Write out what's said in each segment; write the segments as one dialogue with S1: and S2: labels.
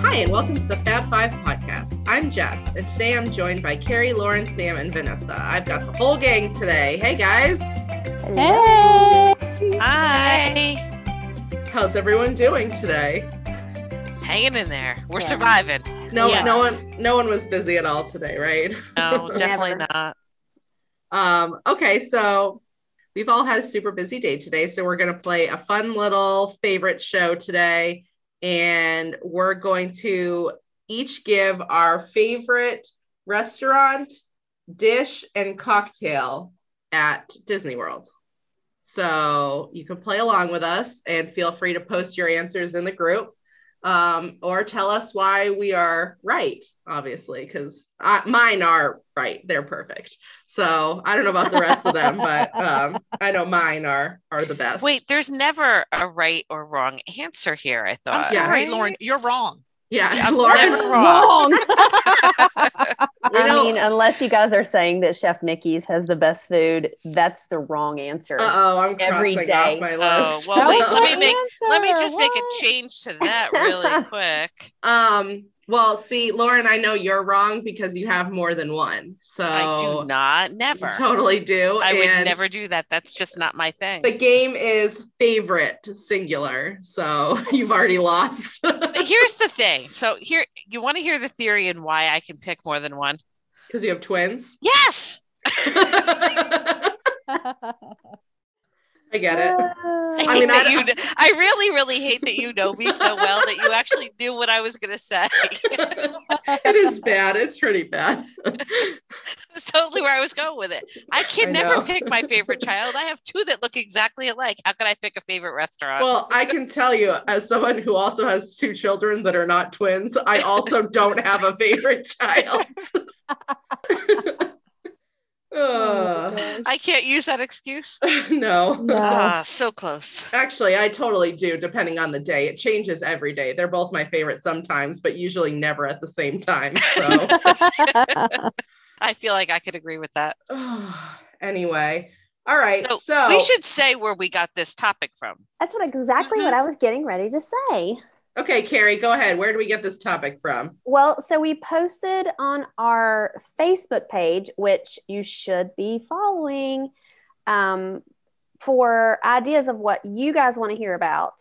S1: Hi, and welcome to the Fab Five podcast. I'm Jess, and today I'm joined by Carrie, Lauren, Sam, and Vanessa. I've got the whole gang today. Hey, guys.
S2: Hey!
S3: Hi.
S1: How's everyone doing today?
S3: Hanging in there. We're
S2: Yeah.
S3: surviving.
S1: No,
S2: Yes.
S1: no one, no one was busy at all today, right?
S3: No, definitely
S2: Never.
S3: not.
S1: Um, okay, so we've all had a super busy day today, so we're going to play a fun little favorite show today, and we're going to each give our favorite restaurant, dish, and cocktail at Disney World. So you can play along with us and feel free to post your answers in the group um, or tell us why we are right, obviously, because mine are right. They're perfect. So I don't know about the rest of them, but um, I know mine are are the best.
S3: Wait, there's never a right or wrong answer here, I
S4: I'm
S3: thought.
S1: Yeah.
S4: sorry, Lauren. You're wrong.
S1: yeah,
S3: I'm
S1: Lauren,
S3: never wrong.
S1: we
S2: I
S1: know-
S2: mean, unless you guys are saying that Chef Mickey's has the best food, that's the wrong answer.
S1: Uh oh, I'm
S2: Every
S1: crossing
S2: day.
S1: off my
S3: Oh,
S1: list.
S3: well, wait,
S1: Uh-oh.
S3: let me make let me just make a change to that really quick.
S1: Um, well, see, Lauren, I know you're wrong because you have more than one. So
S3: I
S1: Oh.
S3: do not,
S1: you
S3: never.
S1: totally do.
S3: I would
S1: and
S3: never do that. That's just not my thing.
S1: The game is favorite singular, so you've already lost.
S3: But here's the thing. So here you want to hear the theory and why I can pick more than one?
S1: Because you have twins.
S3: Yes.
S1: I get it.
S2: Ah.
S3: I,
S1: I
S3: hate
S1: mean, I
S3: that you kn- I really, really hate that you know me so well that you actually knew what I was gonna say.
S1: it is bad. It's pretty bad.
S3: That's totally where I was going with it. I can
S1: I
S3: never
S1: know.
S3: pick my favorite child. I have two that look exactly alike. How could I pick a favorite restaurant?
S1: Well, I can tell you, as someone who also has two children that are not twins, I also don't have a favorite child. Uh,
S3: I can't use that excuse.
S1: Uh-huh. no.
S2: no.
S3: Ah, so close.
S1: Actually, I totally do, depending on the day. It changes every day. They're both my favorite sometimes, but usually never at the same time. So.
S3: I feel like I could agree with that.
S1: anyway, all right. So,
S3: So, We should say where we got this topic from.
S2: That's what exactly what I was getting ready to say.
S1: okay, Carrie, go ahead. Where do we get this topic from?
S2: Well, so we posted on our Facebook page, which you should be following, um, for ideas of what you guys want to hear about.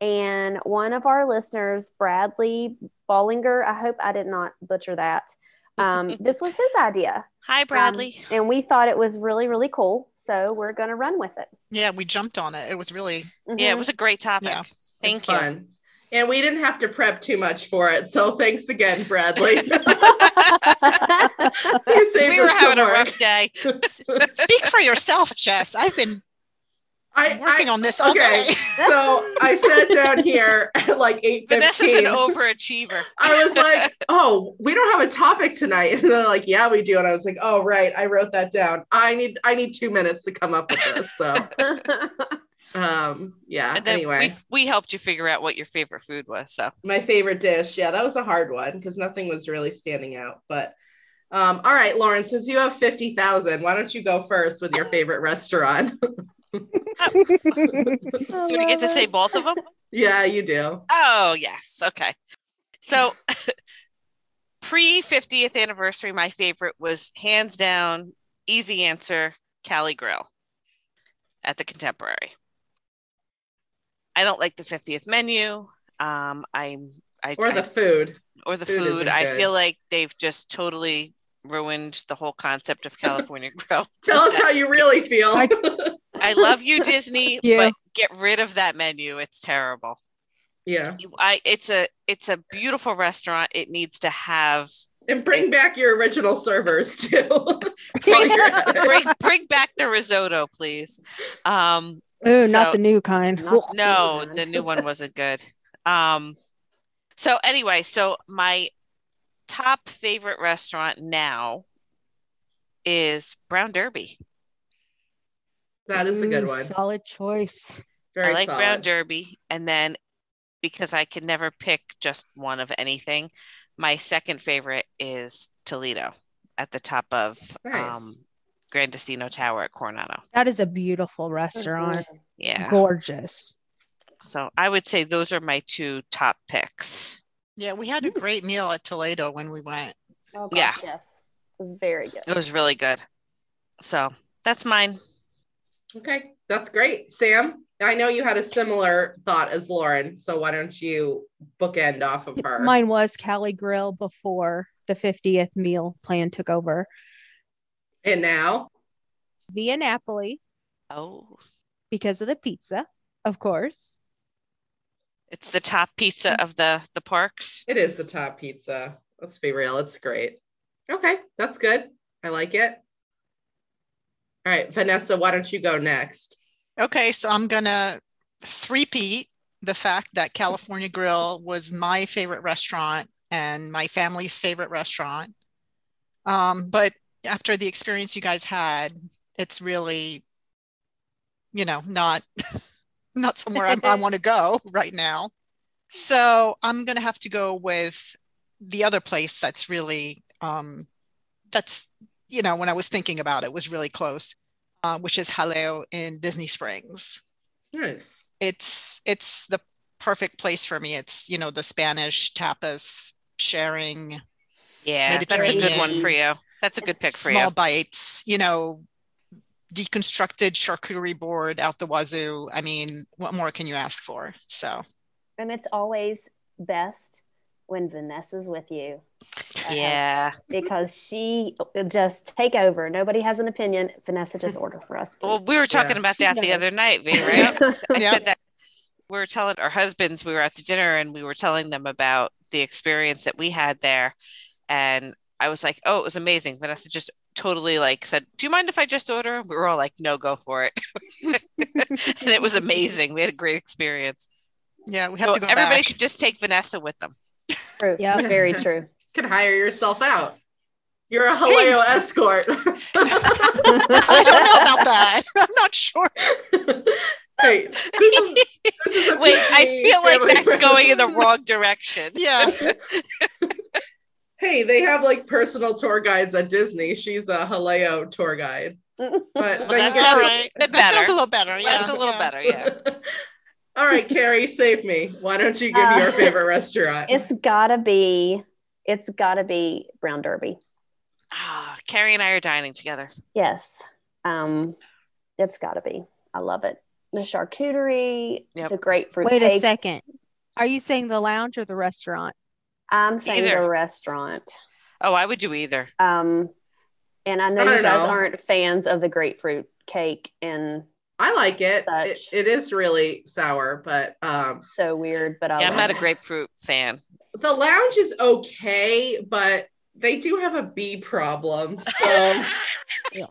S2: And one of our listeners, Bradley Ballinger, I hope I did not butcher that. Um, this was his idea, Um,
S3: Hi, Bradley.
S1: Mm-hmm.
S2: and we thought it was really, really cool. So we're going to run with it.
S4: Yeah, we jumped on it. It was really
S3: yeah, it
S2: Mhm.
S3: was a great topic.
S4: Yeah.
S3: Thank
S1: it's
S3: you.
S1: Fun. And we didn't have to prep too much for it. So thanks again, Bradley. you saved
S3: We were
S1: us some
S3: having a
S1: work.
S3: rough day.
S4: speak for yourself, Jess. I've been
S1: I,
S4: working
S1: I
S4: on this all
S1: okay.
S4: day.
S1: so I sat down here at like eight
S3: Vanessa's
S1: fifteen.
S3: an overachiever.
S1: I was like, "Oh, we don't have a topic tonight," and they're like, "Yeah, we do." And I was like, "Oh, right, I wrote that down. I need I need two minutes to come up with this." So, um, yeah.
S3: And then
S1: anyway,
S3: we, we helped you figure out what your favorite food was. So
S1: my favorite dish. Yeah, that was a hard one because nothing was really standing out. But um, all right, Lauren, since you have fifty thousand, why don't you go first with your favorite restaurant? Oh,
S3: do we get to say both of them?
S1: yeah, you do.
S3: Oh, yes. Okay. So, pre 50th anniversary, my favorite was hands down, easy answer Cali Grill at the Contemporary. I don't like the 50th menu. Um, I'm, I,
S1: Or
S3: I-
S1: the food.
S3: or the
S1: food
S3: food.
S1: isn't
S3: I
S1: good.
S3: feel like they've just totally ruined the whole concept of California Grill.
S1: Tell us how you really feel.
S4: I-
S3: I love you, Disney,
S4: Yeah.
S3: but get rid of that menu. It's terrible.
S1: yeah,
S3: you- I it's a it's a beautiful restaurant. It needs to have
S1: and bring back your original servers too. While
S3: bring,
S1: you're at it.
S3: bring, bring back the risotto, please. Um
S5: Oh, not
S3: So-
S5: the new kind.
S2: Not the
S3: no,
S2: new one.
S3: the new one wasn't good. Um so anyway, so my top favorite restaurant now is Brown Derby.
S1: That is a good
S5: Ooh,
S1: one.
S5: Solid choice.
S1: Very
S3: I like
S1: solid.
S3: Brown Derby. And then because I can never pick just one of anything, my second favorite is Toledo at the top of
S1: Nice.
S3: um, Grandisino Tower at Coronado.
S5: That is a beautiful restaurant.
S3: Yeah.
S5: Gorgeous.
S3: So I would say those are my two top picks.
S4: Yeah, we had a great meal at Toledo when we went.
S2: Oh,
S3: Yeah.
S2: Yes. It was very good.
S3: It was really good. So that's mine.
S1: Okay, that's great. Sam, I know you had a similar thought as Lauren, so why don't you bookend off of her?
S5: Mine was Cali Grill before the 50th meal plan took over.
S1: and now,
S5: Via Napoli
S3: Oh,
S5: because of the pizza, of course.
S3: it's the top pizza of the the parks.
S1: it is the top pizza. Let's be real, it's great. Okay, that's good. I like it. All right, Vanessa, why don't you go next?
S4: Okay, so I'm gonna threepeat the fact that California Grill was my favorite restaurant and my family's favorite restaurant. Um, but after the experience you guys had, it's really, you know, not not somewhere I, I want to go right now. So I'm gonna have to go with the other place that's really um, that's you know when I was thinking about it was really close uh, which is Haleo in Disney Springs.
S1: Nice.
S4: It's it's the perfect place for me. It's you know the Spanish tapas sharing,
S3: Yeah, that's a good one for you. That's a good pick for
S4: small
S3: you.
S4: bites, you know, deconstructed charcuterie board out the wazoo. I mean, what more can you ask for? So
S2: And it's always best when Vanessa's with you. Uh,
S3: Yeah.
S2: Because she will just take over. Nobody has an opinion. Vanessa just order for us.
S3: Well, we were talking
S1: Yeah.
S3: about
S5: She
S3: that the
S5: knows.
S3: other night, V, Oh, right?
S4: Yep.
S2: please.
S3: I
S4: Yep.
S3: said that we were telling our husbands, we were out to dinner and we were telling them about the experience that we had there. And I was like, oh, it was amazing. Vanessa just totally like said, do you mind if I just order? We were all like, no, go for it. and it was amazing. We had a great experience.
S4: yeah, we have
S3: So
S4: to go
S3: everybody
S4: back.
S3: should just take Vanessa with them.
S2: True.
S5: Yeah.
S2: Very true.
S1: You can hire yourself out. You're a Haleo escort.
S4: I don't know about that. I'm not sure.
S1: Hey, this is- this is a
S3: Wait, I
S1: PG
S3: feel like
S1: family
S3: that's going in the
S1: friendly-
S3: wrong direction.
S4: Yeah,
S1: Hey, they have like personal tour guides at Disney. She's a Haleo tour guide. But thank
S3: that's
S1: you.
S4: all right.
S3: bit
S4: That sounds
S3: better.
S4: a little better. Yeah,
S3: That's a little
S4: yeah.
S3: better. Yeah.
S1: All right, Carrie, save me. Why don't you give me your
S2: Uh,
S1: favorite restaurant?
S2: It's gotta be it's gotta be Brown Derby.
S3: Ah, Carrie and I are dining together.
S2: Yes. Um it's gotta be. I love it. The charcuterie,
S3: Yep.
S2: the grapefruit
S5: Wait a
S2: cake.
S5: second. Are you saying the lounge or the restaurant?
S2: I'm saying
S3: Either.
S2: the restaurant.
S3: Oh, I would do either.
S2: Um and I know
S1: I don't
S2: you guys
S1: know.
S2: aren't fans of the grapefruit cake and
S1: I like it. it.
S2: Such.
S1: It is really sour, but um,
S2: so weird, but I
S3: Yeah, I'm
S2: love
S3: not a
S2: it.
S3: grapefruit fan.
S1: the lounge is okay, but they do have a bee problem. So,
S5: Yeah.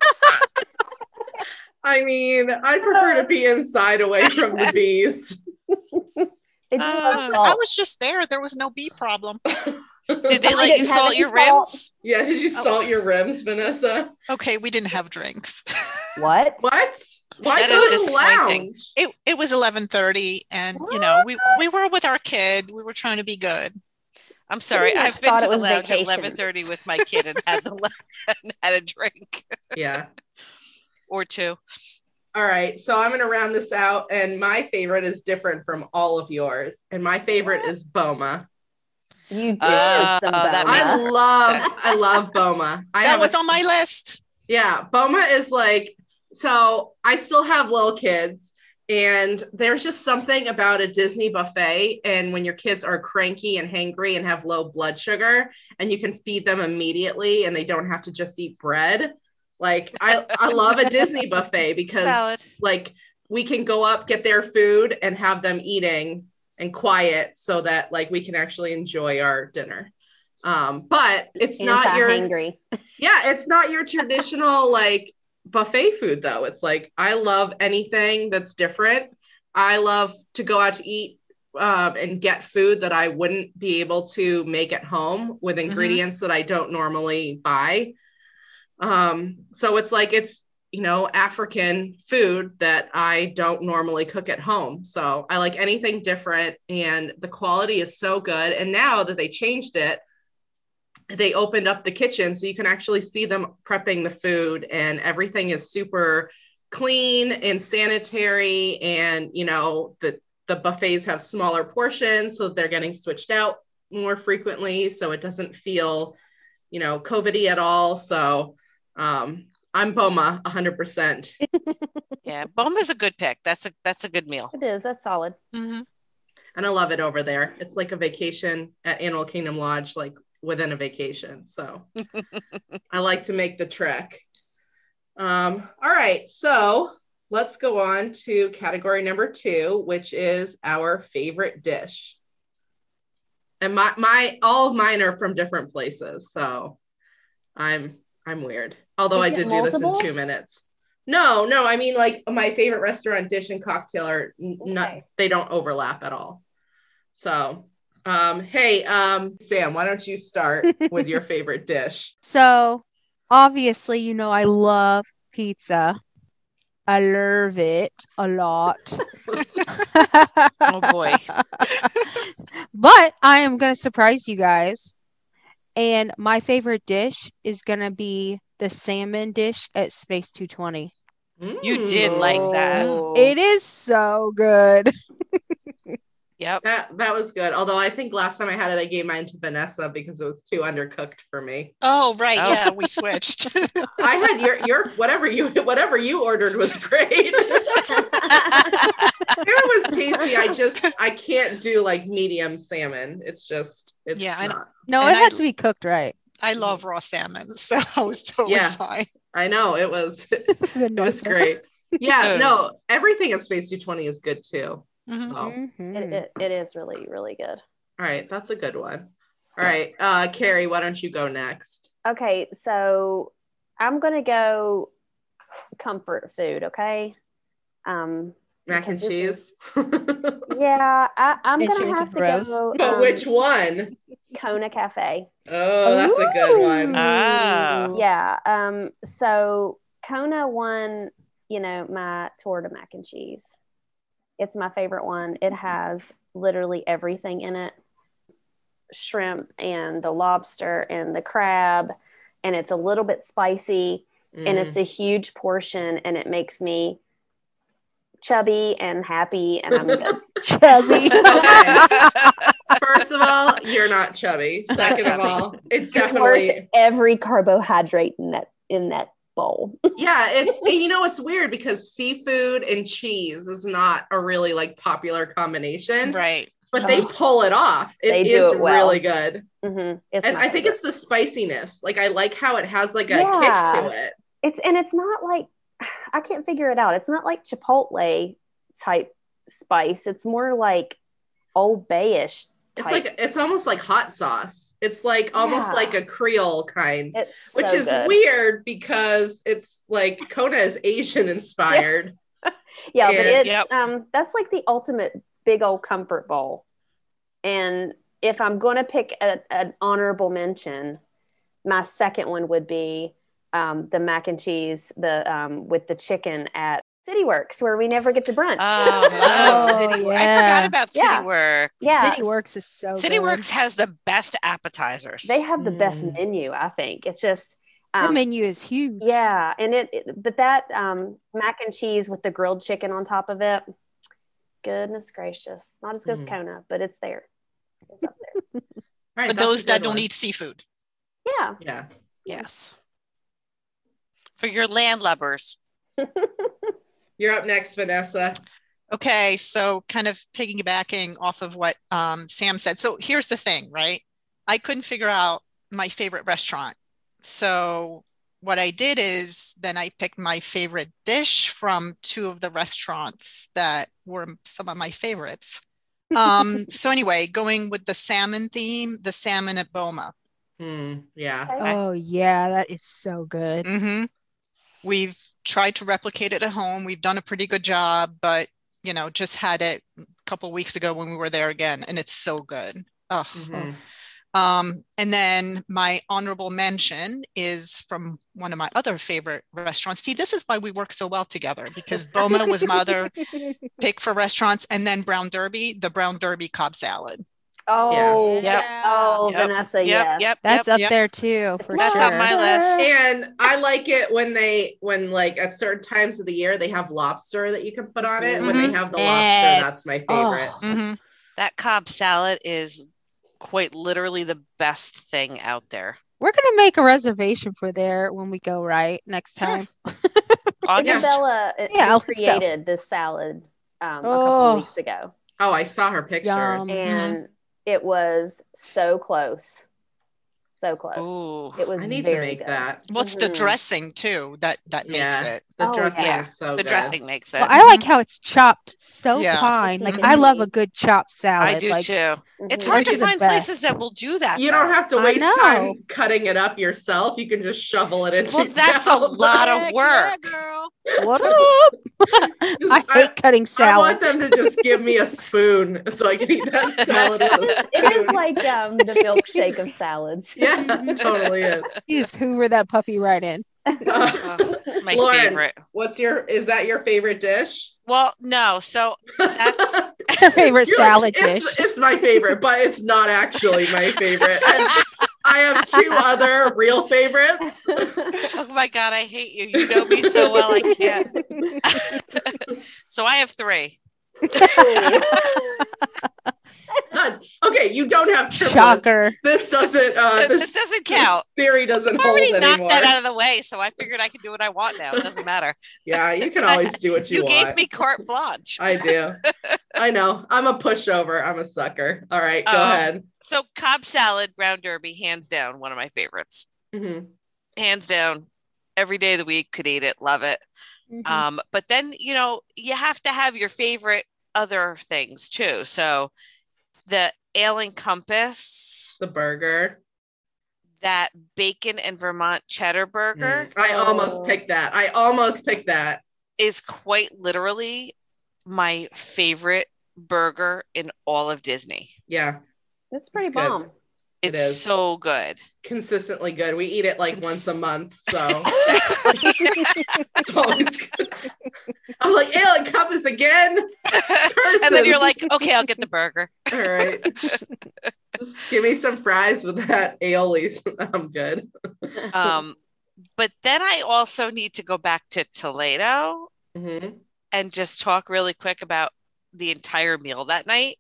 S1: I mean, I prefer to be inside away from the bees.
S2: It's no
S3: Uh,
S4: I
S2: salt.
S4: was just there. There was no bee problem.
S3: Did they
S2: I
S3: let
S2: didn't
S3: you
S2: have
S3: salt
S2: any
S3: your
S2: salt.
S3: ribs?
S1: Yeah, did you salt your rims, Vanessa?
S4: Okay, we didn't have drinks.
S2: What?
S1: What? Why
S3: That
S1: go
S3: is
S1: to the
S3: disappointing.
S1: lounge?
S4: It it was 11:30 and you know, we we were with our kid. We were trying to be good.
S3: I'm sorry.
S2: I
S3: I've been
S2: thought
S3: to
S2: it
S3: the
S2: was
S3: lounge
S2: vacation.
S3: at 11:30 with my kid and had the and had a drink
S1: Yeah.
S3: or two.
S1: All right. So I'm going to round this out. And my favorite is different from all of yours. And my favorite is Boma.
S2: You did
S3: Uh,
S2: some
S3: that
S1: I
S2: Boma.
S3: Yeah.
S1: love, I love Boma. I
S4: That
S1: have a-
S4: was on my list.
S1: Yeah, Boma is like so I still have little kids and there's just something about a Disney buffet and when your kids are cranky and hangry and have low blood sugar and you can feed them immediately and they don't have to just eat bread. Like I I love a Disney buffet because
S3: Valid.
S1: like we can go up get their food and have them eating and quiet so that like we can actually enjoy our dinner. Um, but it's not your
S2: Anti-hangry.
S1: yeah, it's not your traditional like buffet food though. It's like I love anything that's different. I love to go out to eat um, and get food that I wouldn't be able to make at home with ingredients that I don't normally buy. Um, so it's like it's you know African food that I don't normally cook at home. So I like anything different, and the quality is so good. And now that they changed it, they opened up the kitchen so you can actually see them prepping the food and everything is super clean and sanitary and you know the the buffets have smaller portions so they're getting switched out more frequently so it doesn't feel you know covidy at all so um i'm boma 100%
S3: Yeah, Boma's a good pick. That's a that's a good meal.
S2: It is. That's solid.
S3: Mm-hmm.
S1: and i love it over there it's like a vacation at animal kingdom lodge like within a vacation so i like to make the trek um all right so let's go on to category number two which is our favorite dish and my my all of mine are from different places so i'm i'm weird although
S2: You
S1: i
S2: get
S1: did do this in
S2: multiple?
S1: two minutes no no i mean like my favorite restaurant dish and cocktail are n- not
S2: Okay.
S1: they don't overlap at all so um hey um sam why don't you start with your favorite dish
S5: So, obviously, you know, I love pizza. I love it a lot.
S3: Oh boy.
S5: but I am going to surprise you guys. And my favorite dish is going to be the salmon dish at Space 220.
S3: You did like
S1: Mm.
S3: that.
S2: Oh.
S5: It is so good.
S3: Yep.
S1: That that was good. Although I think last time I had it, I gave mine to Vanessa because it was too undercooked for me.
S4: Oh, right.
S3: Oh.
S4: Yeah, we switched.
S1: I had your your whatever you whatever you ordered was great. it was tasty. I just I can't do like medium salmon. It's just it's
S4: Yeah,
S1: yeah,
S4: I
S1: not.
S5: No,
S4: And
S5: it
S4: I-
S5: has to be cooked right.
S4: I love raw salmon, so I was totally
S1: Yeah.
S4: fine.
S1: I know it was it was
S5: Vanessa.
S1: great. Yeah,
S3: Oh.
S1: no, everything at Space 220 is good too.
S4: Mhm.
S1: So
S5: Mhm.
S2: It, it, it is really, really good.
S1: all right, that's a good one. All right, uh Carrie, why don't you go next?
S2: Okay, so I'm gonna go comfort food. Okay. Um.
S1: Mac and
S2: Because
S1: cheese.
S2: this Yeah, I, I'm
S5: And
S2: gonna
S5: Chili
S2: have to
S5: Bros.
S2: go.
S1: but
S2: um,
S1: Oh, which one?
S2: Kona Cafe?
S1: Oh, that's a good one. Oh.
S3: Ah.
S2: Yeah. Um. So Kona won. You know my tour to mac and cheese. It's my favorite one.
S1: Mm-hmm.
S2: It has literally everything in it: shrimp and the lobster and the crab, and it's a little bit spicy.
S1: Mm.
S2: and it's a huge portion and it makes me chubby and happy and I'm good.
S5: Chubby.
S3: Um,
S1: Mm. First of all, you're not chubby. Second of
S3: chubby.
S1: all, it
S2: it's worth
S1: definitely
S2: every carbohydrate in that in that bowl.
S1: yeah. It's and you know it's weird because seafood and cheese is not a really like popular combination,
S4: Right.
S1: but they
S4: Oh.
S1: pull it off.
S2: They
S1: It
S2: do
S1: is
S2: it well.
S1: really good,
S2: hmm It's
S1: Mm-hmm. and
S2: my
S1: I think
S2: favorite.
S1: it's the spiciness. Like I like how it has like a
S2: Yeah.
S1: kick to it.
S2: it's and it's not like I can't figure it out. It's not like Chipotle type spice. It's more like Old Bayish
S1: It's
S2: type.
S1: like it's almost like hot sauce. It's like almost
S2: Yeah.
S1: like a Creole kind.
S2: it's
S1: which
S2: so
S1: is
S2: good.
S1: weird because it's like Kona is Asian inspired.
S2: Yeah, but
S1: And-
S2: it's
S3: Yep.
S2: um that's like the ultimate big old comfort bowl. And if I'm gonna pick a, an honorable mention, my second one would be um, the mac and cheese, the um, with the chicken at City Works, where we never get to brunch.
S3: Oh, love
S5: Oh,
S3: City Works. I
S5: yeah.
S3: forgot about City
S2: Yeah.
S3: Works.
S2: Yeah.
S5: City Works is so
S3: City
S5: good.
S3: Works has the best appetizers.
S2: they have the best
S4: Mm.
S2: menu, I think. It's just
S5: The
S2: um,
S5: menu is huge.
S2: yeah, and it, it- but that um, mac and cheese with the grilled chicken on top of it. Goodness gracious, not as good as
S1: Mm.
S2: Kona, but it's there. It's up there.
S1: Right,
S4: But
S1: that's
S4: those
S1: a
S4: that
S1: good
S4: don't
S1: one.
S4: eat seafood.
S2: Yeah.
S1: Yeah.
S3: yes. For your landlubbers.
S1: You're up next, Vanessa.
S4: Okay, so kind of piggybacking off of what um, Sam said. So here's the thing, right? I couldn't figure out my favorite restaurant. So what I did is then I picked my favorite dish from two of the restaurants that were some of my favorites. Um, so anyway, going with the salmon theme, the salmon at Boma.
S1: Hmm, yeah.
S2: Okay.
S5: Oh yeah, that is so good.
S1: Mm,
S4: hmm We've tried to replicate it at home. We've done a pretty good job, but you know, just had it a couple weeks ago when we were there again, and it's so good. Ugh.
S1: Mhm.
S4: Um, and then my honorable mention is from one of my other favorite restaurants. See, this is why we work so well together because Boma was my other pick for restaurants, and then Brown Derby, the Brown Derby Cobb salad.
S2: Oh,
S5: Yep.
S2: oh,
S3: Yep.
S2: Vanessa,
S3: yep,
S2: yes.
S3: yep,
S5: That's
S3: yep.
S5: up
S4: yep.
S5: there too. For
S3: That's
S5: sure.
S3: on my list.
S1: And I like it when they, when like at certain times of the year, they have lobster that you can put on it. When
S4: Mm-hmm.
S1: they have the
S5: Yes.
S1: lobster, that's my favorite.
S5: Oh.
S4: Mhm.
S3: That Cobb salad is quite literally the best thing out there.
S5: We're gonna make a reservation for there when we go right next
S3: Sure.
S5: time.
S3: August.
S2: Isabella uh,
S5: Yeah, let's go.
S2: created this salad um, a
S5: Oh.
S2: couple weeks ago,
S1: Oh, I saw her pictures.
S5: Yum. Mhm.
S2: and
S3: Mm-hmm.
S2: it was so close, so close.
S3: Ooh.
S2: It was
S1: I need to
S2: very
S1: make
S2: good.
S1: that.
S4: What's the
S2: Mhm.
S4: dressing too that that makes
S1: Yeah.
S4: it?
S1: The
S2: Oh,
S1: dressing
S3: yeah.
S1: is so
S3: the
S1: good.
S3: dressing makes it.
S5: Well, I like how it's chopped so
S4: Yeah.
S5: fine.
S2: It's
S5: Like
S2: like a
S5: I love a
S2: meat.
S5: good chopped salad.
S3: I do
S5: like,
S3: too. It's
S2: Mhm.
S3: hard
S5: Those
S3: to
S5: are the
S3: find places
S5: best.
S3: that will do that.
S1: You don't
S3: though.
S1: have to
S5: I
S1: waste
S5: know.
S1: time cutting it up yourself. You can just shovel it into.
S3: Well, that's a
S1: salad.
S3: lot of
S5: Yeah,
S3: work.
S5: girl. What up?
S1: Just-
S5: I hate
S1: I-
S5: cutting
S1: I
S5: salad.
S1: want them to just give me a spoon so I can eat that salad with a spoon.
S2: It is like um, the milkshake of salads.
S1: yeah, it totally is.
S5: You just hoover that puppy right in.
S1: Uh,
S3: Oh, it's my
S1: Lauren.
S3: favorite.
S1: what's your? Is that your favorite dish?
S3: Well, no. So That's-
S5: Her favorite
S1: You're
S5: salad
S1: like,
S5: dish.
S1: It's, it's my favorite, but it's not actually my favorite. And I have two other real favorites.
S3: oh my god, I hate you. You know me so well, I can't. So I have three.
S1: God. Okay, you don't have triplets.
S5: Shocker.
S1: This doesn't. Uh,
S3: this
S1: this
S3: doesn't count.
S1: theory doesn't
S3: I
S1: hold
S3: already knocked
S1: anymore.
S3: that out of the way, so I figured I could do what I want now. It doesn't matter.
S1: Yeah, you can always do what you,
S3: You
S1: want.
S3: gave me carte blanche.
S1: I do. I know. I'm a pushover. I'm a sucker. All right, go
S3: Um,
S1: ahead.
S3: So Cobb salad, ground derby, hands down, one of my favorites.
S1: Mhm.
S3: Hands down, every day of the week, could eat it, love it.
S1: Mm-hmm.
S3: Um, but then you know you have to have your favorite other things too. So the ale and compass,
S1: The burger.
S3: that bacon and Vermont cheddar burger
S1: Mm. I almost
S2: Oh.
S1: picked that. I almost picked that.
S3: is quite literally my favorite burger in all of Disney.
S1: Yeah,
S2: It's pretty
S1: It's good.
S2: bomb.
S1: It
S3: It's
S1: is.
S3: so good.
S1: consistently good. We eat it like
S3: Cons-
S1: once a month, so it's always good. I'm like, ale and compass again.
S3: and then you're
S1: Curses.
S3: like, okay, I'll get the burger.
S1: All right. Just give me some fries with that aioli. I'm good.
S3: Um, but then I also need to go back to Toledo
S1: Mhm.
S3: and just talk really quick about the entire meal that night.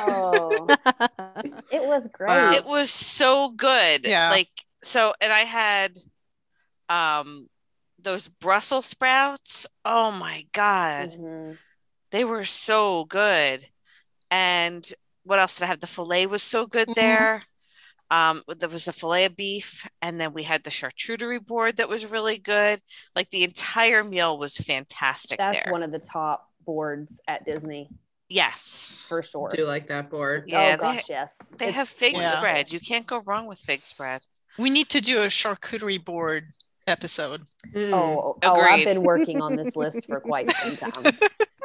S2: Oh, it was great.
S1: Wow.
S3: It was so good.
S4: Yeah.
S3: Like so, and I had um those Brussels sprouts. Oh my God.
S2: Mhm.
S3: They were so good. And what else did I have? The filet was so good
S4: Mhm.
S2: Mm-hmm.
S3: there. Um, there was the filet of beef, and then we had the charcuterie board that was really good. Like the entire meal was fantastic
S2: That's
S3: there.
S2: one of the top boards at Disney
S3: Yes.
S2: for sure.
S1: I do like that board.
S3: Yeah,
S2: oh
S3: they-
S2: gosh, yes.
S3: They
S2: It's-
S3: have fig
S4: Yeah.
S3: spread. You can't go wrong with fig spread.
S4: We need to do a charcuterie board episode.
S1: Mm.
S2: Oh, oh, I've
S3: Agreed.
S2: been working on this list for quite some time.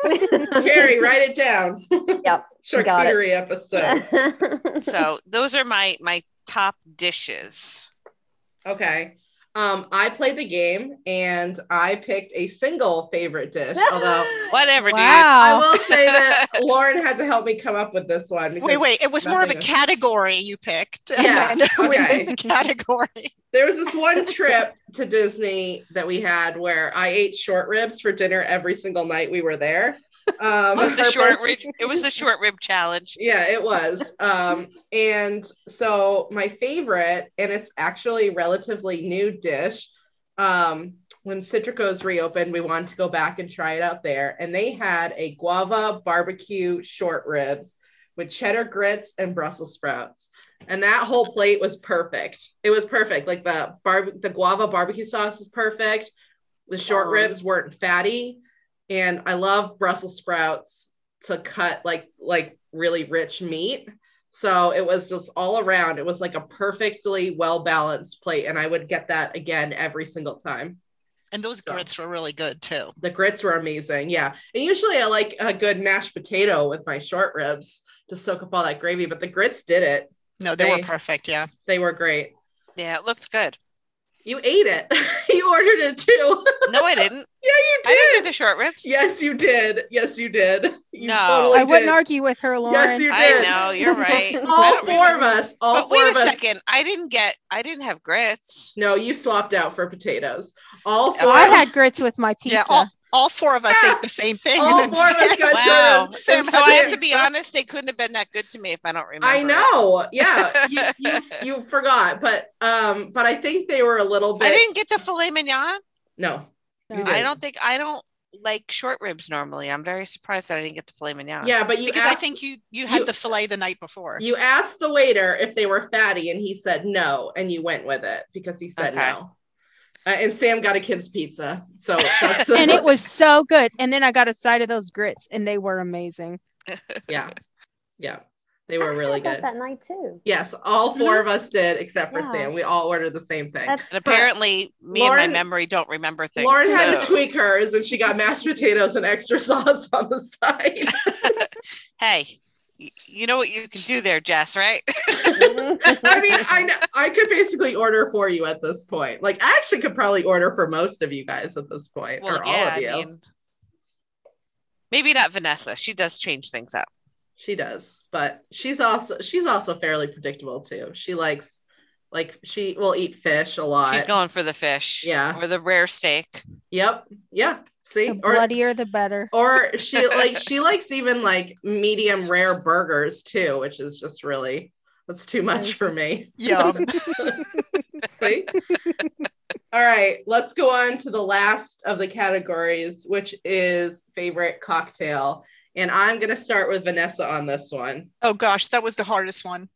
S1: Carrie, write it down.
S2: yep. Got
S1: Charcuterie episode.
S3: So those are my my top dishes.
S1: Okay. Um, I played the game and I picked a single favorite dish. Although
S3: Whatever, dude.
S1: I
S5: wow.
S1: will say that Lauren had to help me come up with this one. because
S4: Wait, wait. It was more of a
S1: nothing is-
S4: category you picked.
S1: Yeah,
S4: And then we
S1: okay.
S4: did the category.
S1: There was this one trip to Disney that we had where I ate short ribs for dinner every single night we were there. Um,
S3: It was the
S1: her
S3: short
S1: birth-
S3: rib, it was the short rib challenge.
S1: Yeah, it was. Um, and so my favorite, and it's actually a relatively new dish. Um, when Citrico's reopened, we wanted to go back and try it out there. And they had a guava barbecue short ribs with cheddar grits and Brussels sprouts. And that whole plate was perfect. It was perfect. Like the bar the guava barbecue sauce was perfect. The short
S2: Wow.
S1: ribs weren't fatty. And I love Brussels sprouts to cut like like really rich meat. So it was just all around. It was like a perfectly well balanced plate, and I would get that again every single time.
S4: And those
S1: So.
S4: grits were really good too.
S1: The grits were amazing, yeah. And usually I like a good mashed potato with my short ribs to soak up all that gravy, but the grits did it.
S4: No, they were
S1: They-
S4: perfect. Yeah.
S1: They were great.
S3: Yeah, it looked good.
S1: You ate it. you ordered it too.
S3: No, I didn't.
S1: yeah, you
S3: I didn't get
S1: did.
S3: the short ribs.
S1: Yes, you did. Yes, you did. You
S3: No.
S1: totally
S5: I wouldn't
S1: did.
S5: argue with her, Lauren.
S1: Yes, you
S3: I
S1: did.
S3: know Oh, you're right. I
S1: All
S3: don't
S1: four of
S3: remember.
S1: us. All
S3: But
S1: four
S3: wait
S1: of
S3: a
S1: us.
S3: second. I didn't get. I didn't have grits.
S1: No, you swapped out for potatoes. All four.
S5: I
S1: of-
S5: had grits with my pizza.
S4: Yeah, all, all four of us ate the same thing.
S1: Ah! all
S4: and then
S1: four of us got
S3: Wow.
S1: served.
S4: Sam
S3: So I
S4: had
S3: have to be
S4: pizza.
S3: honest. They couldn't have been that good to me if I don't remember.
S1: I
S3: it.
S1: know. Yeah, you, you you forgot, but um, but I think they were a little bit.
S3: I didn't get the filet mignon.
S1: no, you
S5: No.
S1: did.
S3: I don't think I don't like short ribs normally. I'm very surprised that I didn't get the filet mignon.
S1: Yeah, but you
S4: Because I
S1: asked,
S4: think you you had
S1: you-
S4: the fillet the night before.
S1: you asked the waiter if they were fatty, and he said no, and you went with it because he said
S3: Okay.
S1: no. Uh, and Sam got a kid's pizza, so that's
S5: and it was so good. And then I got a side of those grits, and they were amazing.
S1: yeah, yeah, they were
S2: I
S1: really
S2: had that
S1: good.
S2: that night too.
S1: Yes, all 4 of us did except for
S5: Yeah.
S1: Sam. We all ordered the same thing.
S2: That's
S3: And apparently, me and
S1: Lauren-
S3: my memory don't remember things.
S1: Lauren had to
S3: so-
S1: tweak hers, and she got mashed potatoes and extra sauce on the side.
S3: hey, y- you know what you can do there, Jess, right?
S1: I mean, I know, I could basically order for you at this point. Like, I actually could probably order for most of you guys at this point,
S3: Well,
S1: or
S3: yeah,
S1: all of you.
S3: I mean, maybe not Vanessa. She does change things up.
S1: she does, but she's also she's also fairly predictable too. She likes, like, she will eat fish a lot.
S3: She's going for the fish,
S1: Yeah.
S3: or the rare steak.
S1: Yep. Yeah. See,
S5: The
S1: or
S5: bloodier, the better.
S1: or she like she likes even like medium rare burgers too, which is just really that's too much for me.
S4: Yum.
S1: See? All right, let's go on to the last of the categories, which is favorite cocktail. And I'm going to start with Vanessa on this one.
S4: Oh gosh, that was the hardest one.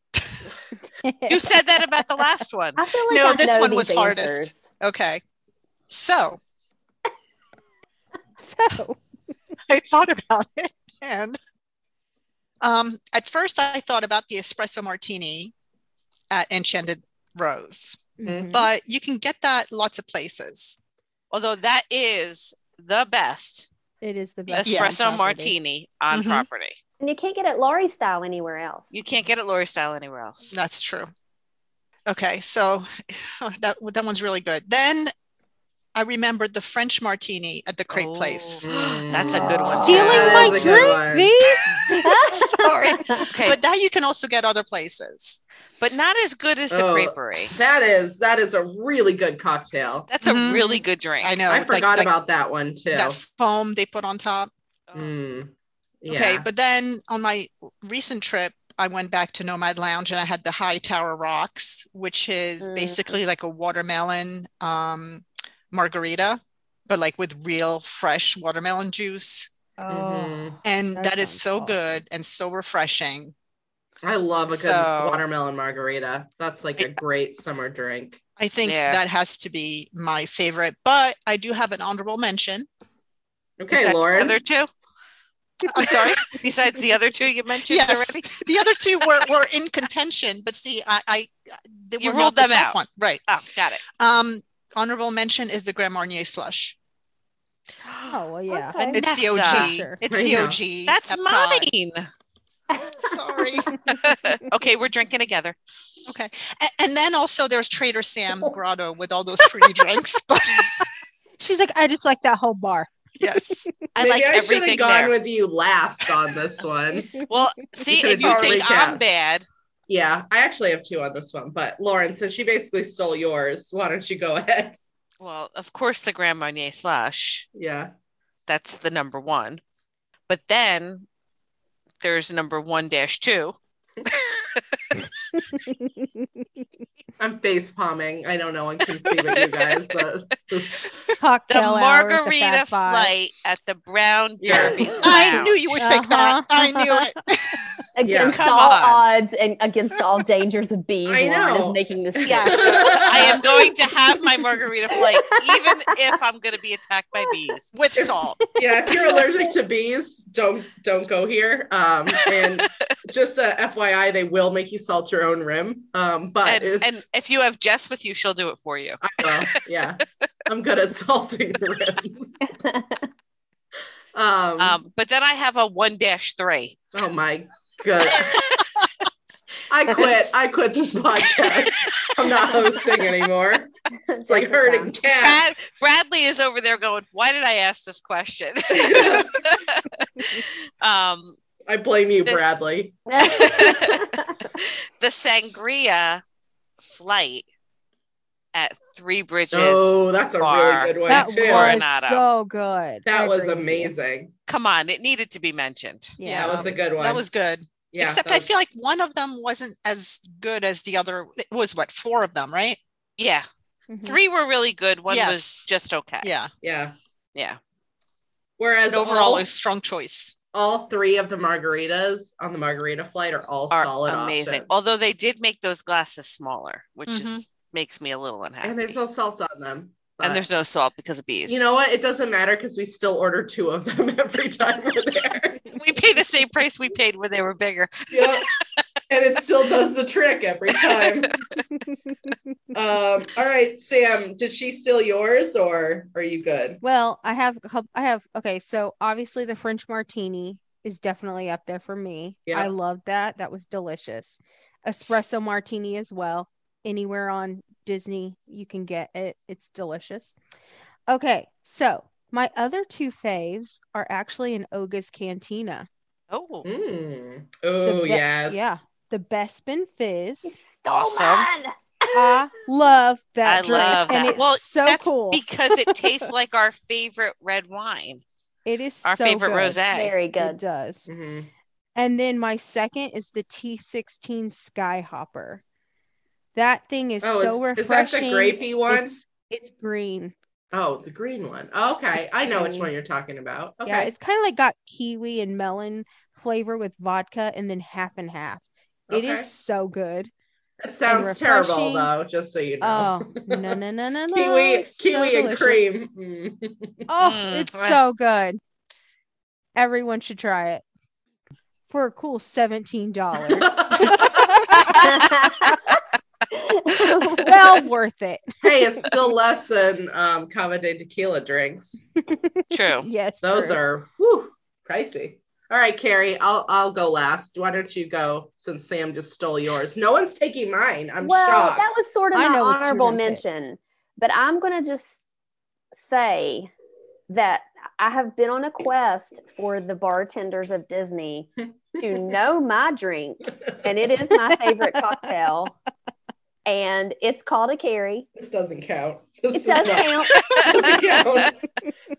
S3: You said that about the last one.
S2: I feel like
S4: No,
S2: I
S4: this
S2: know
S4: one
S2: these
S4: was hardest.
S2: answers.
S4: Okay. So
S5: So
S4: I thought about it and um, at first I thought about the espresso martini at Enchanted Rose,
S5: mm-hmm.
S1: Mhm.
S4: but you can get that lots of places.
S3: Although that is the best
S5: it is the best
S3: espresso
S4: Yes.
S3: martini on
S4: Mhm.
S1: Mm-hmm.
S3: property.
S2: And you can't get it Laurie style anywhere else.
S3: You can't get it Lori style anywhere else.
S4: That's true. Okay, so that that one's really good. Then I remembered the French martini at the crepe
S3: Oh.
S4: place.
S1: Mm.
S3: That's a good one.
S5: Stealing
S3: That
S5: my
S3: is a
S1: good one.
S5: drink, V.
S4: Sorry.
S3: Okay,
S4: But that you can also get other places.
S3: but not as good as the
S1: Oh.
S3: creperie.
S1: That is that is a really good cocktail.
S3: That's a
S4: Mhm.
S3: really good drink.
S4: I know.
S1: I
S4: like-
S1: forgot
S4: like
S1: about that one too.
S4: that foam they put on top.
S3: Oh.
S1: Mm. Yeah.
S4: Okay, but then on my recent trip, I went back to Nomad Lounge and I had the High Tower Rocks, which is
S2: Mm.
S4: basically like a watermelon um, margarita, but like with real fresh watermelon juice.
S5: Oh.
S1: Mhm.
S4: And
S5: That
S4: that is
S5: sounds
S4: so
S5: awesome.
S4: good and so refreshing.
S1: I love a good
S4: So-
S1: watermelon margarita. That's like a great summer drink.
S4: I think
S3: Yeah.
S4: that has to be my favorite, but I do have an honorable mention.
S1: Okay,
S3: Besides the
S1: Lauren.
S3: other two,
S4: I'm sorry.
S3: besides the other two you mentioned
S4: yes.
S3: already.
S4: The other two were, were in contention, but see, I, I they
S3: You
S4: were
S3: ruled
S4: not the
S3: them
S4: top
S3: out.
S4: one. Right.
S3: Oh, got it.
S4: Um, honorable mention is the Grand Marnier slush.
S5: Oh well, yeah.
S2: Okay.
S3: And-
S4: It's the
S3: Nessa.
S4: OG. It's
S1: I
S4: the
S1: know.
S4: OG.
S3: That's
S4: Epcot.
S3: mine.
S4: Sorry.
S3: okay, we're drinking together.
S4: Okay. And, and then also there's Trader Sam's Grotto with all those fruity drinks. But
S5: She's like, I just like that whole bar.
S4: yes.
S3: I
S1: Maybe
S3: like
S1: I should have
S3: everything
S1: gone
S3: there.
S1: with you last on this one.
S3: well, see,
S1: could've
S3: if you
S4: just
S3: think I'm
S1: recapped.
S3: bad,
S1: Yeah, I actually have two on this one, but Lauren, since she basically stole yours, why don't you go ahead?
S3: well, of course the Grand Marnier slush.
S1: Yeah.
S3: That's the number one. But then there's number one dash two.
S1: I'm face palming. I know no one can see but you guys. But
S3: The
S5: Cocktail hour at the
S3: margarita
S5: Fab Five.
S3: flight at the Brown
S1: Yeah.
S3: Derby.
S4: I
S3: Lounge.
S4: knew you would pick that.
S5: Uh-huh.
S4: I knew it.
S2: against
S3: Come
S2: all
S3: on.
S2: odds and against all dangers of bees,
S1: I
S2: Lauren
S1: know.
S2: is making this.
S3: Yes.
S2: choice.
S3: I am going to have my margarita flight, even if I'm going to be attacked by bees.
S4: With salt.
S1: yeah, if you're allergic to bees, don't don't go here. Um, and just a FYI, they will make you salt your own rim. Um, but
S3: And,
S1: it's
S3: and if you have Jess with you, she'll do it for you.
S1: I will. Yeah, I'm good at salting rims. Um,
S3: Um, but then I have a one dash three.
S1: oh my god. Oh I quit. I quit this podcast. I'm not hosting anymore. It's like
S2: Just in
S1: herding
S2: time.
S1: cats.
S3: Brad, Bradley is over there going, "Why did I ask this question?" um,
S1: I blame you,
S3: The-
S1: Bradley.
S2: Mm-hmm.
S3: the sangria flight at Three Bridges.
S1: Oh, that's a
S3: Bar.
S1: really good one
S5: That
S1: too.
S5: was
S3: Coronado.
S5: so good. I
S1: that was
S5: agree with you.
S1: amazing.
S3: Come on, it needed to be mentioned.
S5: Yeah.
S1: that was a good one.
S4: That was good.
S1: yeah,
S4: Except
S1: that
S4: I
S1: was-
S4: feel like one of them wasn't as good as the other. It was what four of them, right?
S3: Yeah,
S2: Mm-hmm.
S5: Mhm.
S3: three were really good. One was
S4: Yes.
S3: just okay.
S4: Yeah.
S1: yeah.
S3: yeah.
S1: Whereas
S4: But overall,
S1: all,
S4: a strong choice.
S1: all three of the margaritas on the margarita flight are all
S3: Are
S1: solid
S3: amazing. Oh,
S1: options.
S3: Although they did make those glasses smaller, which
S4: Mhm.
S3: is makes me a little unhappy.
S1: and there's no salt on them. but-
S3: and there's no salt because of bees.
S1: you know what? It doesn't matter because we still order two of them every time we're there.
S3: we pay the same price we paid when they were bigger.
S1: yep. And it still does the trick every time. um, all right, Sam, did she steal yours or are you good?
S5: Well, I have a coup- I have okay, so obviously the French martini is definitely up there for me. I
S1: Yeah.
S5: love that. That was delicious. Espresso martini as well. Anywhere on Disney you can get it. It's delicious. Okay, so my other two faves are actually in Oga's Cantina.
S3: Oh,
S1: Mm. Oh,
S5: be-
S1: yes.
S5: Yeah, the Bespin
S2: You
S5: Fizz.
S2: stole
S3: Awesome.
S2: mine.
S5: I love that
S3: I
S5: drink,
S3: love
S5: and
S3: that.
S5: it's
S3: Well,
S5: so
S3: that's
S5: cool.
S3: because it tastes like our favorite red wine,
S5: it is
S3: our
S5: so
S3: favorite
S5: good.
S3: rosé.
S2: Very
S5: It
S2: good.
S5: does.
S1: Mhm.
S5: And then my second is the T16 Skyhopper. That thing is
S1: Oh,
S5: so
S1: is, is that the
S5: refreshing.
S1: grapey one?
S5: It's, it's green.
S1: Oh, the green one. Okay.
S5: It's
S1: I know which
S5: green.
S1: one you're talking about. Okay.
S5: Yeah, it's kind of like got kiwi and melon flavor with vodka and then half and half. It
S1: Okay.
S5: is so good.
S1: that sounds terrible
S5: refreshing.
S1: though, just so you know.
S5: Oh, no, no, no, no, no.
S1: kiwi
S5: it's so
S1: kiwi and
S5: delicious.
S1: cream. Mm.
S5: Oh,
S3: Mm,
S5: it's
S3: well.
S5: so good. Everyone should try it for a cool $17. Uh, well worth it.
S1: hey, it's still less than um Cava de tequila drinks.
S3: True.
S5: Yes.
S1: Those
S5: true.
S1: are whew, pricey. All right, Carrie, I'll I'll go last. Why don't you go since Sam just stole yours? No one's taking mine. I'm
S2: well,
S1: shocked.
S2: that was sort of
S5: I
S2: my
S5: know what you
S2: honorable
S5: would pick.
S2: mention, but I'm going to just say that I have been on a quest for the bartenders of Disney to know my drink, and it is my favorite cocktail, and it's called a carry.
S1: this doesn't count. This
S2: It
S1: is
S2: does
S1: not- doesn't
S2: count.
S1: count.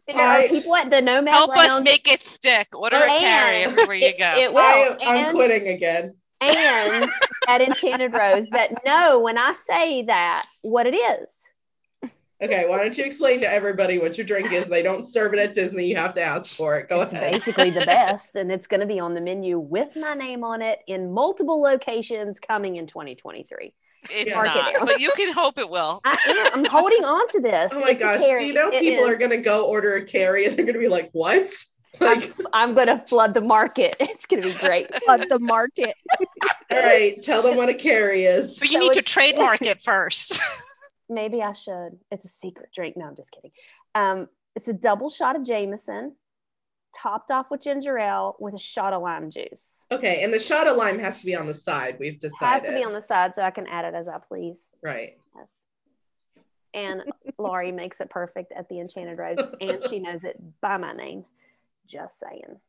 S2: There are
S1: I-
S2: people at the Nomad
S3: Help us
S2: Lounge.
S3: make it stick. Order a
S5: Oh,
S2: And-
S3: carry everywhere you
S2: It,
S3: go.
S2: it will.
S1: I, I'm
S2: and
S1: quitting again.
S2: and at Enchanted Rose that know when I say that what it is.
S1: Okay, why don't you explain to everybody what your drink is? They don't serve it at Disney. You have to ask for it. Go
S2: It's
S1: ahead.
S2: basically the best, and it's going to be on the menu with my name on it in multiple locations coming in 2023.
S3: It's
S1: Mark
S2: it
S3: not,
S2: down.
S3: but you can hope it will.
S2: I am. I'm holding on to this.
S1: Oh my
S2: It's a
S1: gosh! Do
S2: carrot.
S1: you know
S2: It
S1: people are
S2: is-
S1: gonna go order a carry and they're gonna be like, "What?" Like,
S2: I'm going to flood the market. It's going to be great.
S5: Flood the market.
S1: all right, tell them what a carry is.
S4: But you
S2: So
S4: need to
S2: it's-
S4: trademark it first.
S2: Maybe I should. It's a secret drink. No, I'm just kidding. Um, it's a double shot of Jameson, topped off with ginger ale with a shot of lime juice.
S1: Okay, and the shot of lime has to be on the side. We've
S2: has
S1: decided.
S2: to be on the side so I can add it as I please.
S1: right.
S2: Yes. And Laurie makes it perfect at the Enchanted Rose, and she knows it by my name. Just saying.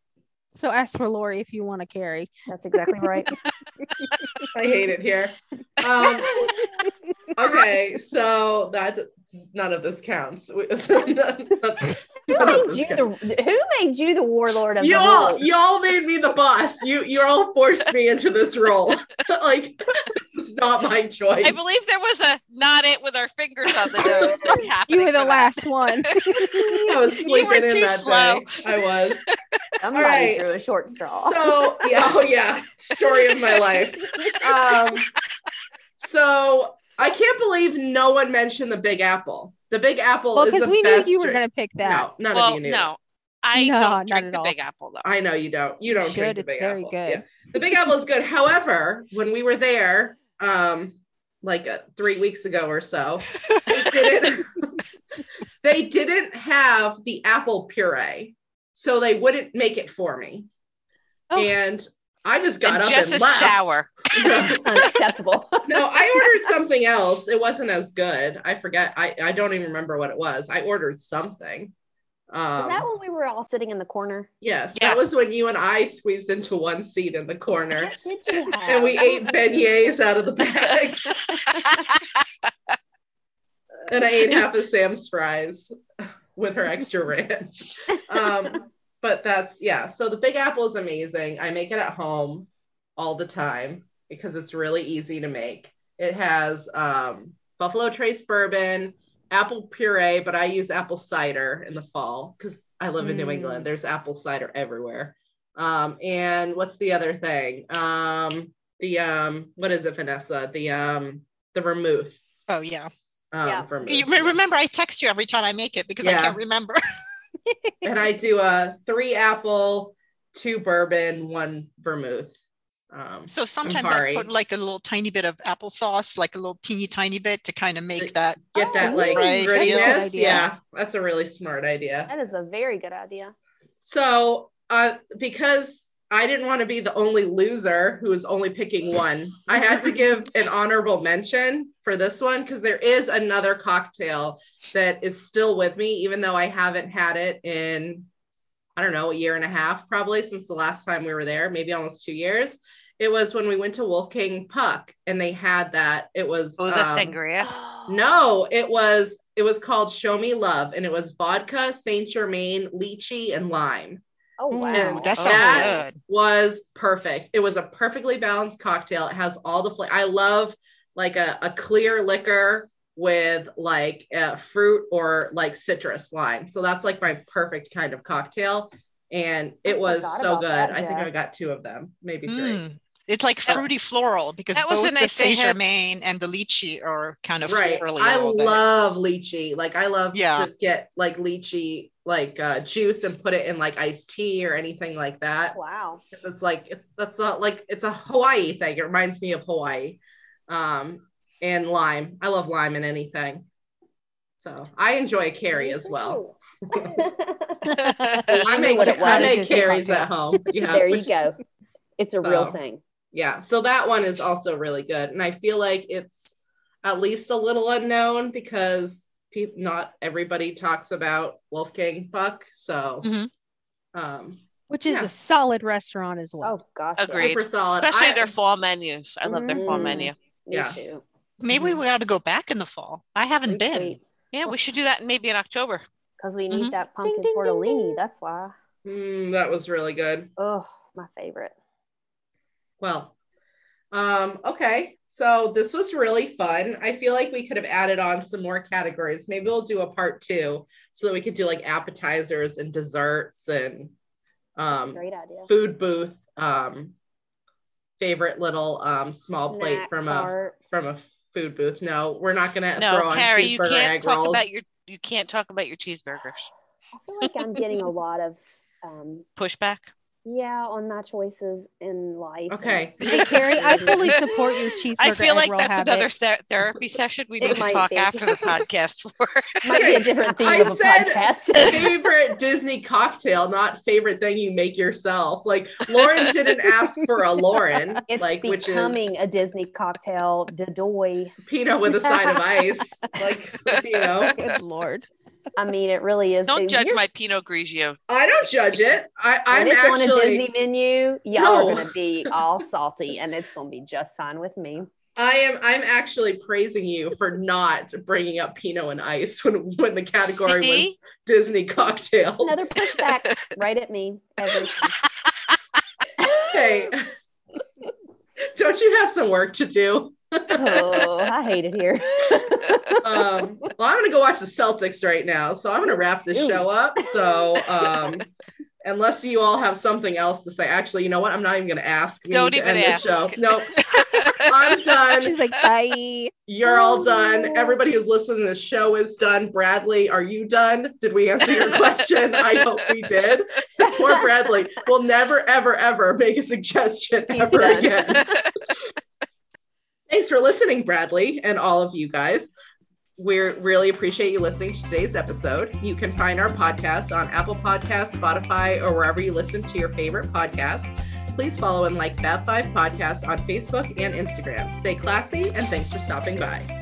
S5: So ask for Lori if you want to carry.
S2: That's exactly right.
S1: I hate it here. Um, okay, so that none of this counts. None of this
S2: Who made you
S1: counts.
S2: the Who made you the warlord of
S1: You
S2: the
S1: all,
S2: world?
S1: you all made me the boss. You, you all forced me into this role. like this is not my choice.
S3: I believe there was a not it with our fingers on the nose thing happening.
S5: You were the
S3: for that.
S5: last one.
S1: I was
S3: You
S1: sleeping
S3: were
S1: in
S3: too
S1: that
S3: slow.
S1: day. I was.
S2: Somebody
S1: right.
S2: drew a short straw.
S1: So yeah, oh yeah, story of my life. Um, so I can't believe no one mentioned the Big Apple. The Big Apple
S5: well,
S1: is
S5: because
S1: the
S5: we knew
S1: best
S5: you were
S1: drink.
S5: going to pick that.
S1: No, none of
S3: Well,
S1: you knew.
S3: no, I
S5: No, not
S3: don't
S5: at
S3: drink the
S5: all.
S3: Big Apple though.
S1: I know you don't. You don't drink
S5: should.
S1: the
S5: It's
S1: Big
S5: very
S1: Apple.
S5: good.
S1: Yeah. The Big Apple is good. However, when we were there, um, like uh, three weeks ago or so, they didn't, they didn't have the apple puree, so they wouldn't make it for me.
S5: Oh.
S1: And I just got
S3: and
S1: up
S3: Jess
S1: and
S3: is
S1: left.
S3: sour.
S2: Unacceptable.
S1: no, I ordered something else. It wasn't as good. I forget. I, I don't even remember what it was. I ordered something. Um,
S2: Is that when we were all sitting in the corner?
S1: yes,
S3: Yeah.
S1: that was when you and I squeezed into one seat in the corner
S2: What did you have?
S1: and we ate beignets out of the bag and I ate half of Sam's fries with her extra ranch. Um, but that's, yeah. So the Big Apple is amazing. I make it at home all the time because it's really easy to make. It has um, Buffalo Trace bourbon, apple puree, but I use apple cider in the fall because I live in New
S5: Mm.
S1: England. There's apple cider everywhere. Um, and what's the other thing? Um, the um, what is it, Vanessa? The um, the vermouth.
S4: Oh yeah.
S1: Um,
S2: Yeah.
S1: vermouth.
S4: You re- remember I text you every time I make it because I
S1: Yeah.
S4: can't remember.
S1: and I do a three apple, two bourbon, one vermouth. Um,
S4: So sometimes I
S1: sorry.
S4: put like a little tiny bit of applesauce, like a little teeny tiny bit to kind of make
S1: Like-
S4: that.
S1: get that
S2: Oh,
S1: like
S4: Right, that's a good
S1: grittiness.
S5: idea.
S1: Yeah, that's a really smart idea.
S2: That is a very good idea.
S1: So, uh, because I didn't want to be the only loser who is only picking one, I had to give an honorable mention for this one because there is another cocktail that is still with me, even though I haven't had it in, I don't know, a year and a half probably since the last time we were there, maybe almost two years. It was when we went to Wolf King Puck and they had that. It was
S3: Oh, the
S1: um,
S3: sangria.
S1: no, it was it was called Show Me Love, and it was vodka, Saint Germain, lychee, and lime.
S2: Oh wow.
S1: Mm,
S4: Ooh, that
S3: Oh,
S4: sounds
S1: that-
S4: good.
S1: Was perfect. It was a perfectly balanced cocktail. It has all the flavor. I love like a, a clear liquor with like uh, fruit or like citrus lime. So that's like my perfect kind of cocktail. And
S2: I
S1: it was
S2: forgot
S1: so
S2: about
S1: good.
S2: that,
S1: I think I
S2: Jess.
S1: got two of them, maybe three.
S4: Mm. It's like fruity floral because
S3: That was
S4: both
S3: the
S4: the
S3: night they
S4: Saint
S3: had-
S4: Germain and the lychee are kind of
S1: right.
S4: florally.
S1: I
S4: a little bit.
S1: love lychee. Like I love
S4: Yeah.
S1: to get like lychee like uh, juice and put it in like iced tea or anything like that.
S2: Wow.
S1: 'Cause It's like it's that's not like it's a Hawaii thing. It reminds me of Hawaii. Um and lime. I love lime in anything. So I enjoy carry as well. I
S2: knew
S1: make
S2: what it
S1: I
S2: was.
S1: make
S5: Disney
S1: carries
S5: cocktail.
S1: at home. Yeah.
S2: there you
S1: which-
S2: go. It's a real
S1: So.
S2: thing.
S1: yeah so that one is also really good and i feel like it's at least a little unknown because peop not everybody talks about wolfgang puck so
S4: Mhm.
S3: Mm-hmm.
S1: um
S5: Which is
S1: Yeah.
S5: a solid restaurant as well.
S2: Oh gosh. yeah.
S3: Agreed.
S1: super solid
S3: Especially
S1: I-
S3: their fall menus. I love their fall
S2: Mm.
S3: menu.
S2: Me
S1: Yeah.
S2: too.
S4: Maybe
S1: Mm-hmm.
S4: we ought to go back in the fall. I haven't been.
S3: Yeah, we should do that maybe in October.
S2: Because we need
S1: Mm-hmm.
S4: Mhm.
S2: that pumpkin
S5: ding, ding,
S2: tortellini.
S5: ding.
S2: That's why.
S1: Mm, that was really good
S2: Oh, my favorite.
S1: well um okay so this was really fun i feel like we could have added on some more categories maybe we'll do a part two so that we could do like appetizers and desserts and um
S2: Great idea.
S1: food booth um favorite little um small plate
S2: Snack
S1: from a
S2: parts.
S1: from a food booth no we're not gonna throw
S3: No,
S1: on
S3: Carrie, you
S1: cheeseburger
S3: can't
S1: egg
S3: talk
S1: rolls
S3: about your you can't talk about your cheeseburgers.
S2: I feel like I'm getting a lot of um
S3: Pushback.
S2: yeah on my choices in life. and
S1: Okay.
S2: it's-
S5: Hey Carrie, I fully support your cheeseburger.
S3: I feel like
S5: egg roll
S3: that's
S5: habit.
S3: another se- therapy session we
S2: It
S3: need to
S2: might
S3: talk
S2: be.
S3: after the podcast for.
S2: might be a different theme
S1: I
S2: of a
S1: said-
S2: podcast.
S1: favorite disney cocktail not favorite thing you make yourself like lauren didn't ask for a lauren
S2: It's
S1: like which
S2: becoming
S1: is
S2: a Disney cocktail, Dodoy.
S1: peanut with a side of ice like you know
S5: Good lord.
S2: I mean, it really is.
S3: Don't judge
S2: You're-
S3: my Pinot Grigio.
S1: i don't judge it i
S2: When
S1: i'm
S2: it's on a
S1: actually
S2: Disney menu, y'all
S1: No.
S2: are going to be all salty, and it's going to be just fine with me.
S1: I am. I'm actually praising you for not bringing up Pinot and Ice when when the category
S3: See?
S1: was Disney cocktails.
S2: Another pushback right at me. Every time.
S1: hey, don't you have some work to do?
S2: oh, I hate it here.
S1: Um, well, I'm gonna go watch the Celtics right now, so I'm gonna wrap this
S2: Ooh.
S1: show up. So, um, unless you all have something else to say, actually, you know what? I'm not even gonna ask. We
S3: Don't
S1: need to
S3: even
S1: end
S3: ask.
S1: the show. No, I'm done.
S5: She's like, bye.
S1: You're all done. Everybody who's listening to the show is done. Bradley, are you done? Did we answer your question? I hope we did. Poor Bradley will never, ever, ever make a suggestion
S2: He's
S1: ever
S2: done.
S1: again. Thanks for listening, Bradley, and all of you guys. We really appreciate you listening to today's episode. You can find our podcast on Apple Podcasts, Spotify, or wherever you listen to your favorite podcast. please follow and like Fab Five Podcasts on Facebook and Instagram. Stay classy, and thanks for stopping by.